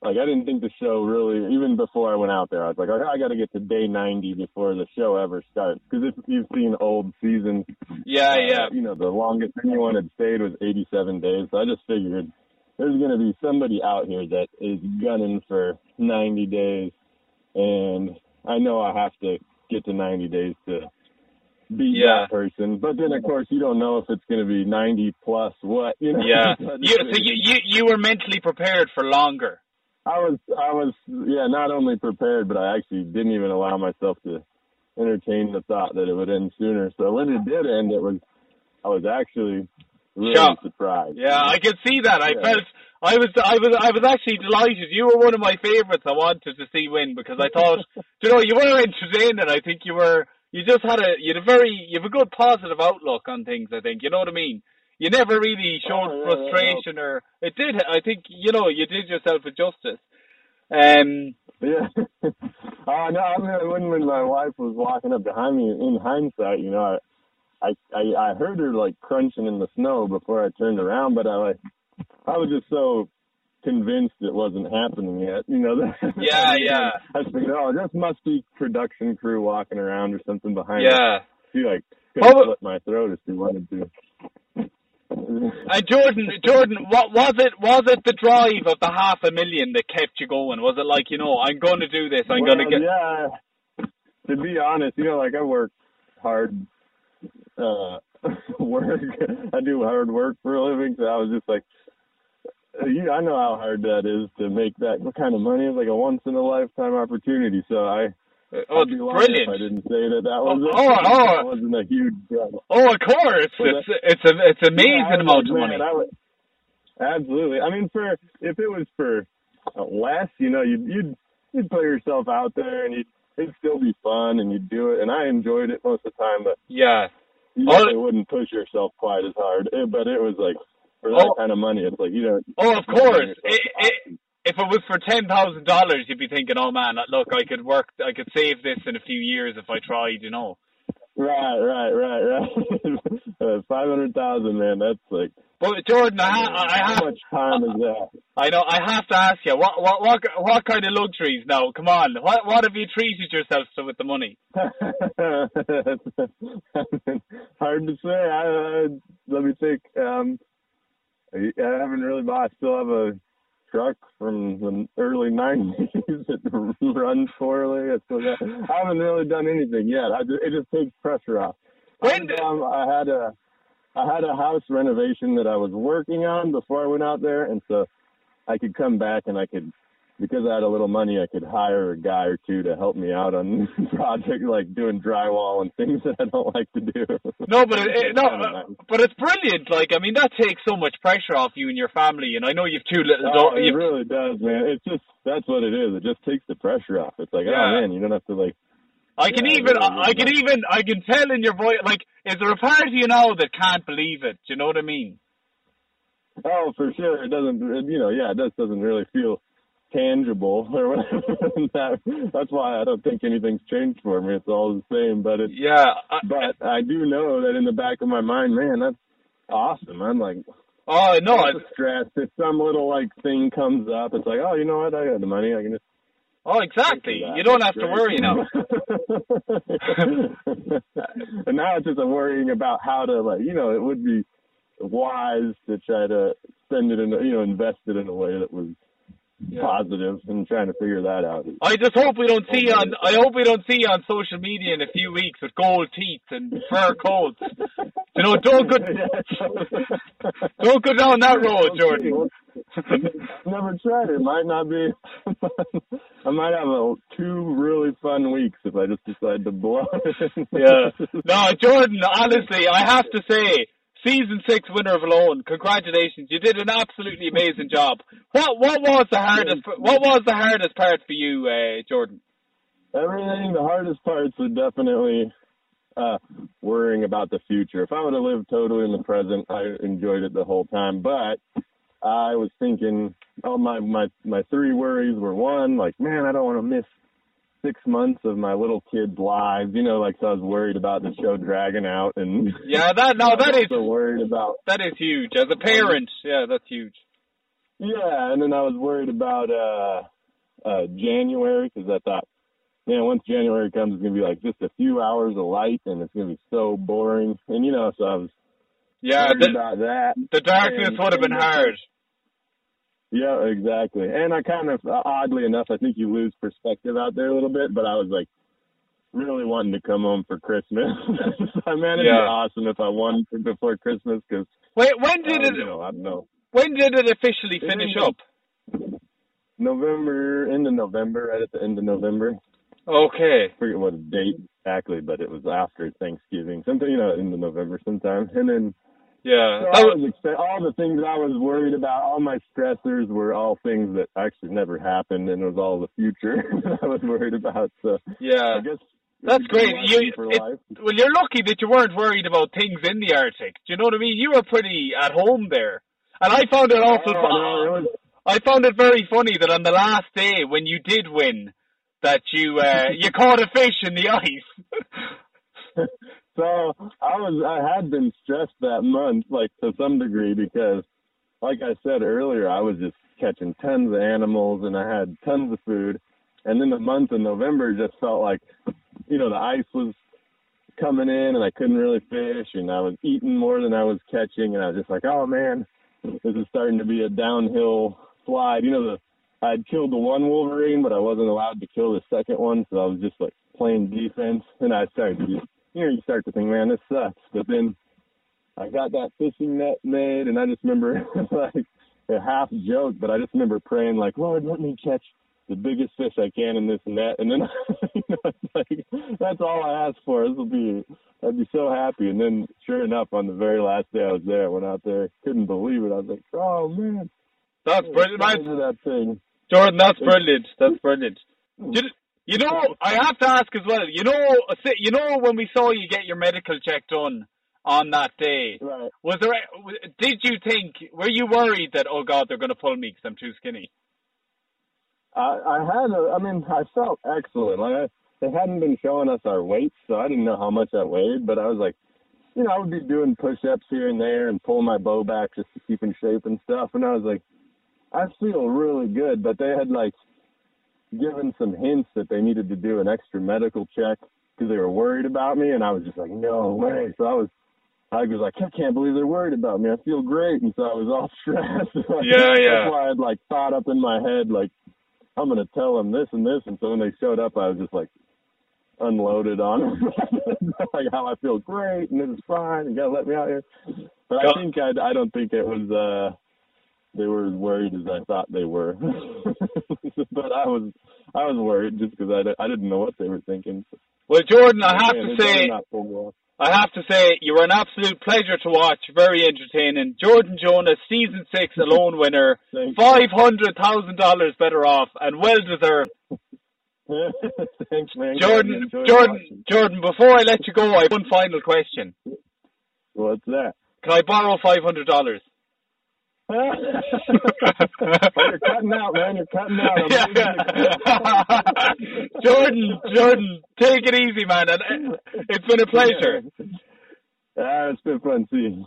Like I didn't think the show really. Even before I went out there, I was like, I, I got to get to day ninety before the show ever starts. Because if you've seen old seasons, Yeah, uh, yeah, You know, the longest anyone had stayed was 87 days. So I just figured there's going to be somebody out here that is gunning for 90 days, and I know I have to get to 90 days to beat Yeah. that person. But then, of course, you don't know if it's going to be 90 plus what. You know? yeah. I just You, so figured- you, you you were mentally prepared for longer. I was, I was, yeah, not only prepared, but I actually didn't even allow myself to entertain the thought that it would end sooner. So when it did end, it was, I was actually really Shocked. surprised. Yeah, I could see that. I Yeah. felt I was I was I was actually delighted. You were one of my favourites. I wanted to see win because I thought, you know, you were entertaining. I think you were. You just had a you had a very you have a good positive outlook on things. I think you know what I mean. You never really showed Oh, yeah, yeah, frustration or it did. I think you know you did yourself a justice. Um. Yeah. uh, no, I mean, when when my wife was walking up behind me, in hindsight, you know, I, I I I heard her like crunching in the snow before I turned around, but I like I was just so convinced it wasn't happening yet, you know. that- Yeah, yeah. I just figured, oh, this must be production crew walking around or something behind. us. Yeah. She like could Well, have but- slit my throat if she wanted to. And Jordan, Jordan, what was it? Was it the drive of the half a million that kept you going? Was it like you know I'm going to do this. I'm Well, going to get. Yeah. To be honest, you know, like I work hard uh work. I do hard work for a living, so I was just like you I know how hard that is to make that kind of money. It's like a once in a lifetime opportunity. So I Oh, I'd be lying if brilliant! I didn't say that that Oh, was it. oh, oh. That wasn't a huge deal. Oh, of course. Well, it's it's a it's amazing Yeah, I was amount of like, money. man, I would- absolutely. I mean, for if it was for uh, less, you know, you'd you'd you'd put yourself out there and you'd it'd still be fun and you'd do it. And I enjoyed it most of the time, but yeah. you Oh. really wouldn't push yourself quite as hard. It, but it was like for that Oh. kind of money, it's like you don't. Oh, of you don't course. give It, yourself it, if it was for ten thousand dollars, you'd be thinking, "Oh man, look, I could work, I could save this in a few years if I tried." You know. Right, right, right, right. uh, Five hundred thousand, man. That's like But Jordan, I, ha- I how have, much time is that? I know, I have to ask you, what, what, what, what kind of luxuries? Now, come on, what, what have you treated yourself to with the money? Hard to say. I, I, let me think. Um, I I haven't really bought. I still have a truck from the early '90s that runs poorly. I, still got, I haven't really done anything yet. I just, it just takes pressure off. When I, did- um, I had a I had a house renovation that I was working on before I went out there, and so I could come back and I could because I had a little money, I could hire a guy or two to help me out on projects like doing drywall and things that I don't like to do. No, but it, it, no, Kinda uh, nice. but it's brilliant. Like, I mean, that takes so much pressure off you and your family. And I know you've two little Oh, daughters. it really does, man. It's just that's what it is. It just takes the pressure off. It's like, Yeah. oh man, you don't have to like. I can Yeah, even, really, I, I really can nice. even, I can tell in your voice. Like, is there a part of you now that can't believe it? Do you know what I mean? Oh, for sure. It doesn't, you know, yeah, it just doesn't really feel tangible or whatever. that, that's why I don't think anything's changed for me. It's all the same, but it's, Yeah. I, but I do know that in the back of my mind, man, that's awesome. I'm like, oh no, I, so stressed. If some little like thing comes up, it's like, oh, you know what? I got the money. I can just. oh exactly. You don't have to worry now. and now it's just a worrying about how to like, you know, it would be wise to try to spend it in, a- you know, invest it in a way that was positive and trying to figure that out. I just hope we don't see you on. I hope we don't see you on social media in a few weeks with gold teeth and fur coats. You know, don't go don't go down that road, Jordan. Never tried it. Might not be. I might have a, two really fun weeks if I just decide to blow it. Yeah. No, Jordan. Honestly, I have to say, season six winner of Alone. Congratulations, you did an absolutely amazing job. What What was the hardest? What was the hardest part for you, uh, Jordan? Everything. The hardest parts were definitely uh, worrying about the future. If I would have lived totally in the present, I enjoyed it the whole time. But I was thinking, oh my my my three worries were one, like man, I don't want to miss six months of my little kids' lives. You know, like so I was worried about the show dragging out, and Yeah, that no, Oh, that is so worried about that is huge. As a parent, yeah, that's huge. Yeah, and then I was worried about uh, uh, January because I thought, man, once January comes, it's gonna be like just a few hours of light, and it's gonna be so boring. And you know, so I was Yeah, worried the, about that. the darkness would have been hard. Yeah, exactly. And I kind of, uh, oddly enough, I think you lose perspective out there a little bit. But I was like, really wanting to come home for Christmas. I mean, it'd be Yeah. awesome if I won before Christmas because Wait, when did you it? know, I don't know. When did it officially finish didn't- up? November, end of November, right at the end of November. Okay. forget what date exactly, but it was after Thanksgiving, something you know, in the November sometime. And then Yeah. so I That was, was expe- all the things I was worried about, all my stressors were all things that actually never happened, and it was all the future that I was worried about. So yeah. I guess it's That's a good great. lesson You, for it- life. well, you're lucky that you weren't worried about things in the Arctic. Do you know what I mean? You were pretty at home there. And I found it also. Oh, fu- no, it was- I found it very funny that on the last day when you did win, that you uh, you caught a fish in the ice. So I was I had been stressed that month, like to some degree, because like I said earlier, I was just catching tons of animals and I had tons of food. And then the month of November just felt like you know, the ice was coming in and I couldn't really fish and I was eating more than I was catching and I was just like, Oh man, this is starting to be a downhill slide. You know, the I'd killed the one Wolverine, but I wasn't allowed to kill the second one, so I was just like playing defense. And I started, to, you know, you start to think, man, this sucks. But then I got that fishing net made, and I just remember like a half joke, but I just remember praying, like, Lord, let me catch the biggest fish I can in this net. And then you know, it's like, that's all I asked for. This will be, I'd be so happy. And then sure enough, on the very last day I was there, I went out there, couldn't believe it. I was like, oh man, That's brilliant. size That's of that thing. Jordan, that's brilliant. That's brilliant. You, you know, I have to ask as well. You know, you know when we saw you get your medical check done on that day, Right. was there? Did you think? Were you worried that oh god, they're going to pull me because I'm too skinny? I, I had a, I mean, I felt excellent. Like I, they hadn't been showing us our weights, so I didn't know how much I weighed. But I was like, you know, I would be doing push-ups here and there and pull my bow back just to keep in shape and stuff. And I was like, I feel really good. But they had like given some hints that they needed to do an extra medical check because they were worried about me, and I was just like, no way. So I was. I was like, I can't believe they're worried about me. I feel great, and so I was all stressed. Like, Yeah, yeah. That's why I'd like thought up in my head, like, I'm gonna tell them this and this. And so when they showed up, I was just like unloaded on them, like how I feel great and this is fine. You gotta let me out here. But Go- I think I, I don't think it was. uh They were as worried as I thought they were. but I was I was worried just because I, di- I didn't know what they were thinking. Well, Jordan, I have Man, to they better say, not pull me off. I have to say, you were an absolute pleasure to watch. Very entertaining. Jordan Jonas, season six, alone winner, Thank you. five hundred thousand dollars better off, and well deserved. Thanks, man. I Jordan, enjoyed Jordan, watching. Jordan. Before I let you go, I have one final question. What's that? Oh, Can I borrow five hundred dollars? You're cutting out, man. You're cutting out. I'm losing the- Jordan, Jordan, take it easy, man. And, uh, It's been a pleasure. Ah, it's been fun seeing. you.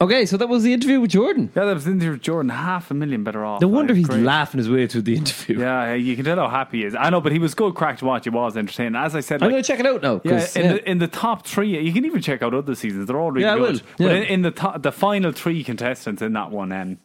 Okay, so that was the interview with Jordan. Yeah, that was in there with Jordan. Half a million better off. No wonder Like, he's Oh, great. laughing his way through the interview. Yeah, you can tell how happy he is. I know, but he was good crack to watch. He was entertaining. As I said, I'm like, going to check it out now. Yeah, 'cause, in, yeah. The, in the top three, you can even check out other seasons. They're all really Yeah, I good. will. But Yeah. in, in the top, the final three contestants in that one, um,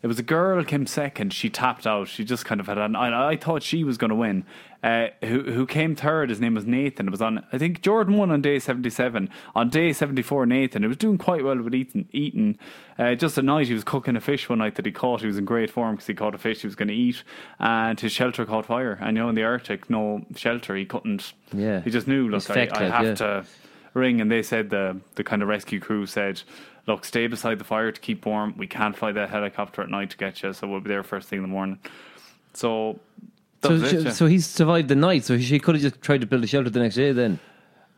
it was a girl came second. She tapped out. She just kind of had an. I, I thought she was going to win. Uh, who who came third? His name was Nathan. It was on. I think Jordan won on day seventy seven. On day seventy four, Nathan. It was doing quite well with Eaton. Eaton. Uh, just at night, he was cooking a fish one night that he caught. He was in great form because he caught a fish he was going to eat, and his shelter caught fire. And you know, in the Arctic, no shelter. He couldn't. Yeah. He just knew. Look, It's I, I fact-like, have yeah. to ring, and they said the the kind of rescue crew said, "Look, stay beside the fire to keep warm. We can't fly that helicopter at night to get you, so we'll be there first thing in the morning." So, that so, was it, she- yeah. so he's survived the night, so she could have just tried to build a shelter the next day then.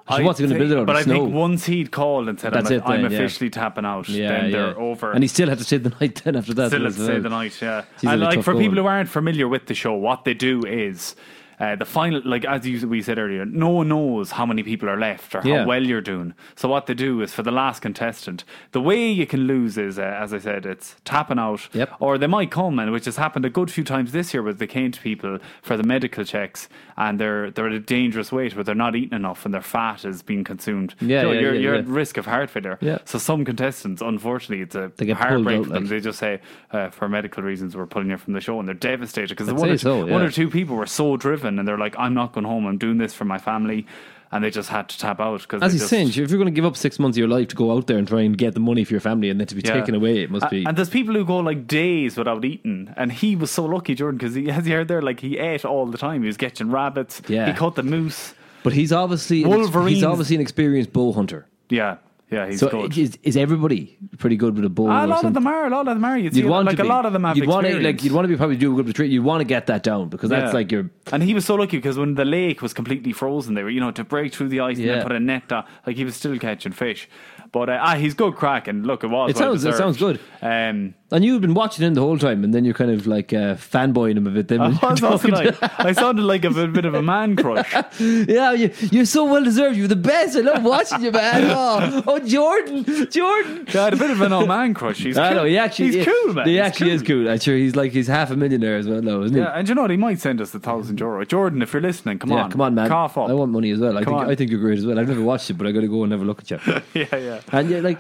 She I wasn't going to think- build it out But of I snow. think once he'd called and said, That's "I'm, it I'm then, yeah. officially tapping out," then they're over. And he still had to stay the night then after that. still as have to say well. the night. Yeah, She's and really like tough for people going. who aren't familiar with the show, what they do is. Uh, the final, like as you, we said earlier, no one knows how many people are left or Yeah. how well you're doing. So what they do is for the last contestant, the way you can lose is, uh, as I said, it's tapping out, Yep. or they might come, and which has happened a good few times this year, where they came to people for the medical checks, and they're they're at a dangerous weight, where they're not eating enough, and their fat is being consumed. Yeah, You know, yeah, you're, yeah, you're yeah. at risk of heart failure. Yeah. So some contestants, unfortunately, it's a They get pulled heartbreak out, for them. like. They just say, uh, for medical reasons, we're pulling you from the show, and they're devastated because I'd one, say or two- so, yeah. one or two people were so driven, and they're like, "I'm not going home. I'm doing this for my family," and they just had to tap out because As they he's just, saying, if you're going to give up six months of your life to go out there and try and get the money for your family and then to be Yeah. taken away, it must A- be. And there's people who go like days without eating, and he was so lucky, Jordan, because he, as you heard there, like he ate all the time. He was catching rabbits. Yeah. he caught the moose. but he's obviously an ex- Wolverine's- he's obviously an experienced bow hunter. Yeah, yeah, he's So good. is, is everybody pretty good with a bow? a or lot of something? them are. A lot of them are. You'd, see, like a be. lot of them have. You'd want to experience. like you'd want to be probably doing good with tree. You want to get that down because that's Yeah. like your And he was so lucky because when the lake was completely frozen, they were you know to break through the ice and Yeah. then put a net down. Like he was still catching fish, but uh, ah, he's good crack. And look, it was. It well sounds- it deserved. sounds good. Um, and you've been watching him the whole time and then you're kind of like uh, fanboying him a bit. Then I when you're was also talking to- like, I sounded like a bit, bit of a man crush. yeah, you, you're so well deserved. You're the best. I love watching you, man. Oh, oh Jordan, Jordan. Yeah, I had a bit of an old man crush. He's I cool. know he actually he's is, cool, man. He He's actually is cool. I'm sure he's like he's half a millionaire as well, though, isn't he? Yeah, and you know what? He might send us a thousand euro. Jordan, if you're listening, come Yeah, on, come on, man. cough up. I want money as well. I Come think on. I think you're great as well. I've never watched it, but I got to go and have a look at you. yeah, yeah. And yeah, like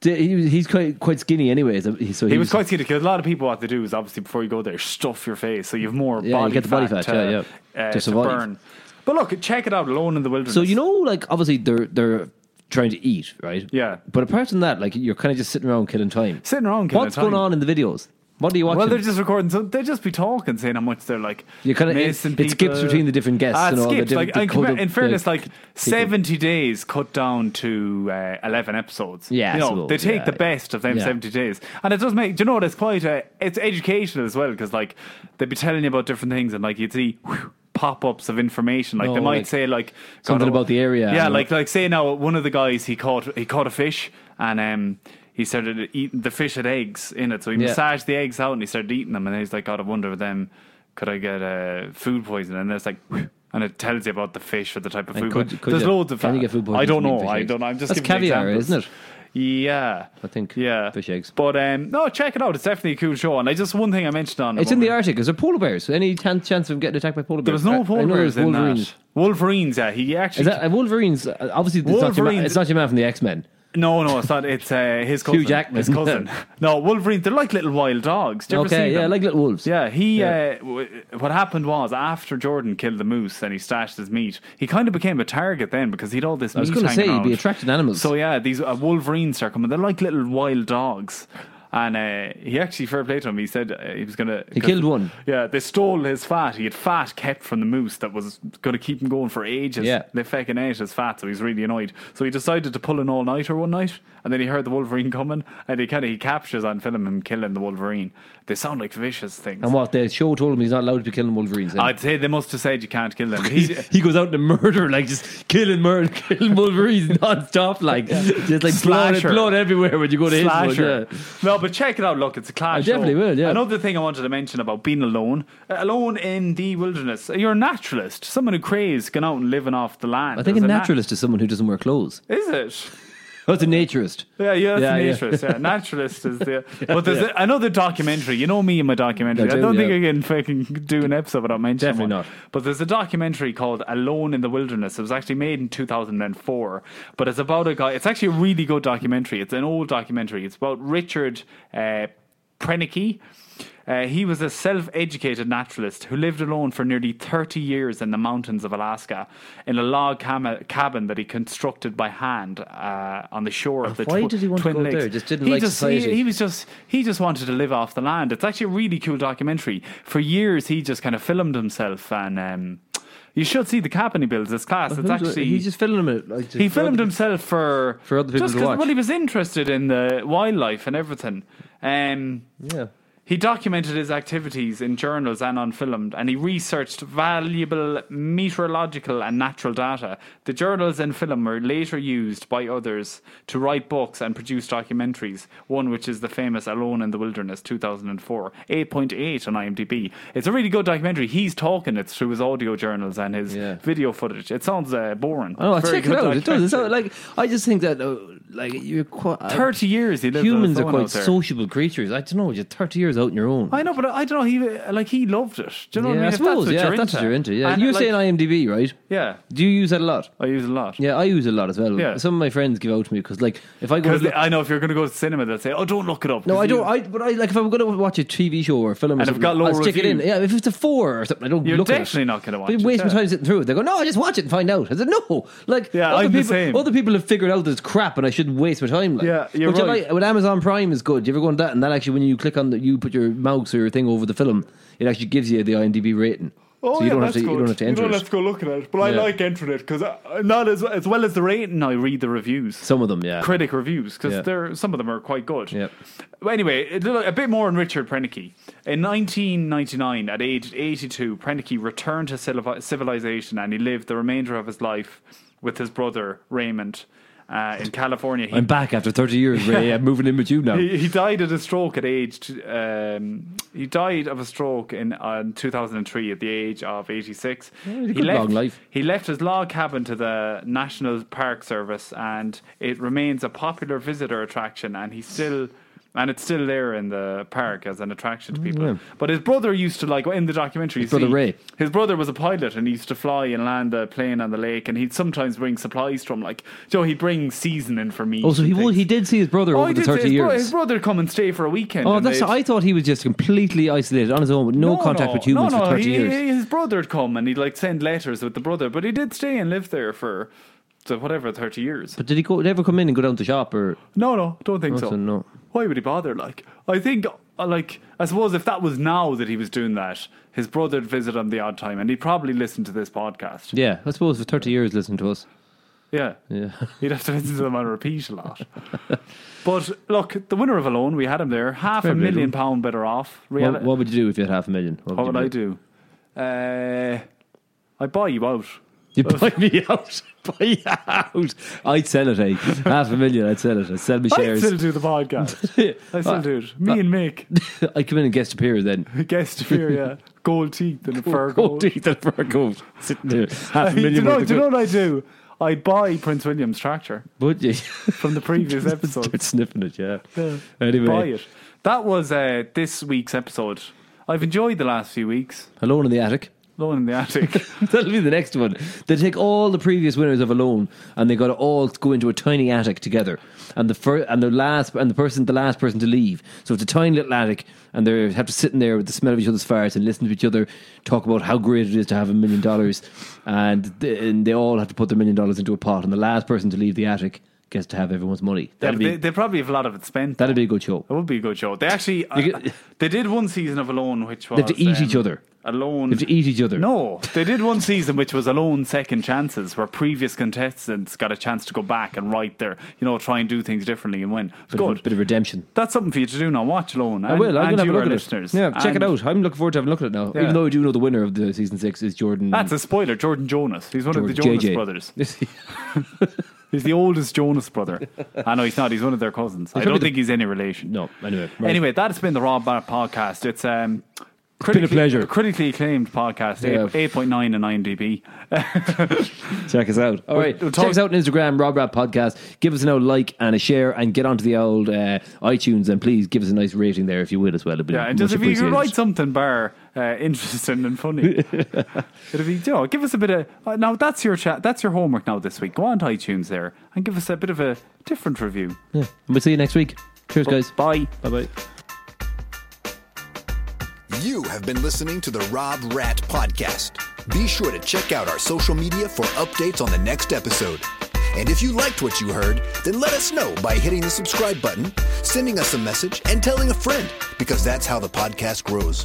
d- he, he's quite quite skinny, anyway. So he, so He was quite skinny because a lot of people what they do is obviously before you go there stuff your face so you have more Yeah, you body get the body fat, to, yeah, yeah, to uh, to, survive. burn. But look, check it out, alone in the wilderness. So you know, like obviously they're they're trying to eat, right? Yeah. But apart from that, like you're kind of just sitting around killing time. Sitting around killing What's time. going on in the videos? What are you watching? Well, they're just recording, so they just be talking, saying how much they're like. You kinda- it- missing it skips people. between the different guests Ah, it and all the skips, different- like, the in, colour- compar- in fairness, the- like seventy days cut down to uh, eleven episodes. Yeah, you know, so, they take yeah, the best of them yeah. seventy days, and it does make. Do you know what? It's quite. Uh, it's educational as well because like they'd be telling you about different things, and like you'd see. whew, Pop-ups of information, like No, they might Oh, like, say, like something God, oh- about the area, Yeah, and- like like say now one of the guys he caught he caught a fish and um he started eating the fish had eggs in it, so he Yeah. massaged the eggs out and he started eating them, and he's like, God, I wonder if them could I get uh, food poisoning? And it's like. And it tells you about the fish or the type of And food. could- poisoning. could There's you- loads of. can you get food poisoning I don't from eating know. fish I eggs? don't. know. I'm just That's giving you caviar, examples. isn't it? Yeah, I think, Yeah, fish eggs. But um, no, check it out. It's definitely a cool show. And I just one thing I mentioned on It's in the Wolverine. Arctic. Is there polar bears? Any chan- chance of getting attacked by polar There bears? was no I- I know Wolverines there's in Wolverines. that. Wolverines. Yeah, he actually. Is that uh, Wolverines? uh, Obviously, it's not, your man, Wolverines- it's not your man from the X Men. No, no, it's not. It's uh, his cousin. Jackman. His cousin. no, Wolverine. They're like little wild dogs. Do you ever Okay, see yeah, them? like little wolves. Yeah, he. Yeah. Uh, w- what happened was after Jordan killed the moose and he stashed his meat, he kind of became a target then because he'd all this. I was meat gonna hanging say, he'd be around. attracting animals. So yeah, these uh, Wolverines start coming. They're like little wild dogs. And uh, he actually, fair play to him, he said uh, he was going to. He killed one. Yeah, they stole his fat. He had fat kept from the moose that was going to keep him going for ages. Yeah. They fucking ate his fat, so he's really annoyed. So he decided to pull an all nighter one night, and then he heard the Wolverine coming, and he kind of he captures on film him killing the Wolverine. They sound like vicious things. And what the show told him he's not allowed to be killing Wolverines. then. I'd say they must have said you can't kill them. But he, he, he goes out to murder, like just killing, murder, killing Wolverines non-stop, like just like blood, Slasher. blood everywhere when you go to his one, slasher. yeah. No, but but check it out. Look, it's a I class. definitely show. will, yeah. Another thing I wanted to mention about being alone, uh, alone in the wilderness. You're a naturalist, someone who craves going out and living off the land. I think a There's nat- naturalist is someone who doesn't wear clothes. is it? That's a naturist. Yeah, yeah, that's Yeah, yeah. a naturalist. Yeah. naturalist is the. But there's a, another documentary. You know me and my documentary. I I, do, don't yeah. think I can fucking do an episode without mentioning Definitely one. not. But there's a documentary called Alone in the Wilderness. It was actually made in 2004, but it's about a guy. It's actually a really good documentary. It's an old documentary. It's about Richard uh, Prenicky. Uh, he was a self educated naturalist who lived alone for nearly 30 years in the mountains of Alaska in a log cam- cabin that he constructed by hand uh, on the shore of the Why twi- did he want to Twin go Lakes. there? Just didn't he like just, society. He, he was just he just wanted to live off the land. It's actually a really cool documentary. For years, he just kind of filmed himself, and um, you should see the cabin he builds. It's class. It's actually he's just filming it. Like, he filmed himself for For other people just to 'cause- watch. Well, he was interested in the wildlife and everything. Um, Yeah. he documented his activities in journals and on film, and he researched valuable meteorological and natural data. The journals and film were later used by others to write books and produce documentaries, one which is the famous Alone in the Wilderness 2004, 8.8 on IMDb. It's a really good documentary. He's talking it through his audio journals and his Yeah. video footage. It sounds uh, boring. Oh, Very check it good out. It does. It's not- documentary. like I just think that uh, like you're quite 30 years he lived on Humans his are own quite out there. sociable creatures. I don't know. You're 30 years out on your own. I know, but I don't know. He like he loved it. Do you know yeah, what I mean? I If suppose. yeah, that's what if you're that's into. what you're into. Yeah, And, uh, you're like, saying IMDb, right? yeah. Do you use that a lot? I use it a lot. Yeah, I use it a lot as well. Yeah. Some of my friends give out to me because, like, if I go, Because to, I know if you're going to go to the cinema, they'll say, "Oh, don't look it up." no, I 'cause you- don't. I but I like if I'm going to watch a TV show or a film, or And I've something, got low I'll stick it in. reviews. Yeah, if it's a four or something, I don't You're look. at definitely it. not gonna watch They it, waste my yeah. time sitting through it. They go, no, I just watch it and find out. I said, no, like, Yeah, other I'm the people, same. Other people have figured out that it's crap, and I shouldn't waste my time. Like, Yeah, you're which I right. like. When Amazon Prime is good, you ever go on that, and that actually, when you click on the, you put your mouse or your thing over the film, it actually gives you the IMDb rating. Oh, so you yeah, don't have that's to. You good. don't have to enter You it. don't have to go look at it, but I Yeah. like entering it because not as as well as the rating. I read the reviews. Some of them, yeah. critic reviews because Yeah. they're some of them are quite good. Yep. But anyway, a, little- a bit more on Richard Prenicky. In 1999, at age 82, Prenicky returned to civili- civilization and he lived the remainder of his life with his brother Raymond uh, in California. He, I'm back after 30 years, Ray. I'm moving in with you now. he, he died at a stroke at age. Um, he died of a stroke in uh, 2003 at the age of 86. a he good left, long life. He left his log cabin to the National Park Service, and it remains a popular visitor attraction. And he's still. And it's still there in the park as an attraction to people. But his brother used to like in the documentary. His Oh, brother Ray. His brother was a pilot, and he used to fly and land the plane on the lake. And he'd sometimes bring supplies from like Joe. He'd bring seasoning for me. Oh, so and he would, things. he did see his brother Oh, over he the did say 30 his years. Bro- his brother come and stay for a weekend. Oh, and that's. they'd- I thought he was just completely isolated on his own, with no, No, contact no, with humans no, no, for thirty he- years. he- His brother'd come and he'd like send letters with the brother, but he did stay and live there for. So whatever, thirty years. But did he go? Did he ever come in and go down to the shop or? no, no, don't think Also so. no. Why would he bother? Like, I think, uh, like, I suppose if that was now that he was doing that, his brother'd visit on the odd time, and he'd probably listen to this podcast. Yeah, I suppose for thirty years listening to us. Yeah, Yeah, he'd have to listen to them on repeat a lot. but look, the winner of Alone, we had him there, half a Fair bit, million wasn't it? pound better off. what, Reali- what would you do if you had half a million? What would I do? Uh, I buy you out. You buy me out. buy you out. I'd sell it. Eh? Half a million. I'd sell it. I'd sell my I shares. still do the podcast. I still do it. Me and Mick, I'd come in and guest appear then. Oh, guest fear, yeah, gold teeth and a fur Go coat. teeth and fur coat. Sitting there, half a Do you million. know? worth Do you of know what I do? I buy Prince William's tractor good- Would you? from the previous Start episode. sniffing it. Yeah. Yeah. Anyway, Buy it. That was uh, this week's episode. I've enjoyed the last few weeks. alone in the attic. Alone in the attic. That'll be the next one. They take all the previous winners of a loan, and they got to all go into a tiny attic together. And the first, and the last, and the person, the last person to leave. So it's a tiny little attic, and they have to sit in there with the smell of each other's farts and listen to each other talk about how great it is to have a million dollars. And th- and they all have to put their million dollars into a pot, and the last person to leave the attic gets to have everyone's money. Yeah, That'd but be they, they probably have a lot of it spent. that'd be a good show. That would be a good show. They actually uh, You get- they did one season of Alone, which was um, have to eat each other. Alone, They have to eat each other. No, they did one season which was Alone Second Chances, where previous contestants got a chance to go back and write their, you know, try and do things differently and win. It's Bit of, good. a, bit of redemption. That's something for you to do now. Watch Alone. I will. I'm gonna and have a you, look our at listeners. it. Yeah, check it And out. I'm looking forward to having a look at it now. Yeah. Even though I do know the winner of the season six is Jordan. That's a spoiler. Jordan Jonas. He's one of the Jordan Jonas brothers. He's the oldest Jonas brother. I know he's not. He's one of their cousins. I don't probably think he's any relation. No, anyway. right. Anyway, that's been the Rob Barrett podcast. It's um, been a pleasure. Critically acclaimed podcast. Yeah. Eight point nine and IMDb. Check us out. All right. we'll talk- Check us out on Instagram, Rob Rap Podcast. Give us an old like and a share and get onto the old uh, iTunes and please give us a nice rating there if you would as well. It'd be Yeah, and much just if you could appreciated. write something bar uh, interesting and funny, it'd be you know, give us a bit of uh, now. That's your chat. That's your homework now this week. Go on to iTunes there and give us a bit of a different review. Yeah. And we'll see you next week. Cheers, guys. Bye. Bye bye. You have been listening to the Rob Rat Podcast. Be sure to check out our social media for updates on the next episode. And if you liked what you heard, then let us know by hitting the subscribe button, sending us a message, and telling a friend, because that's how the podcast grows.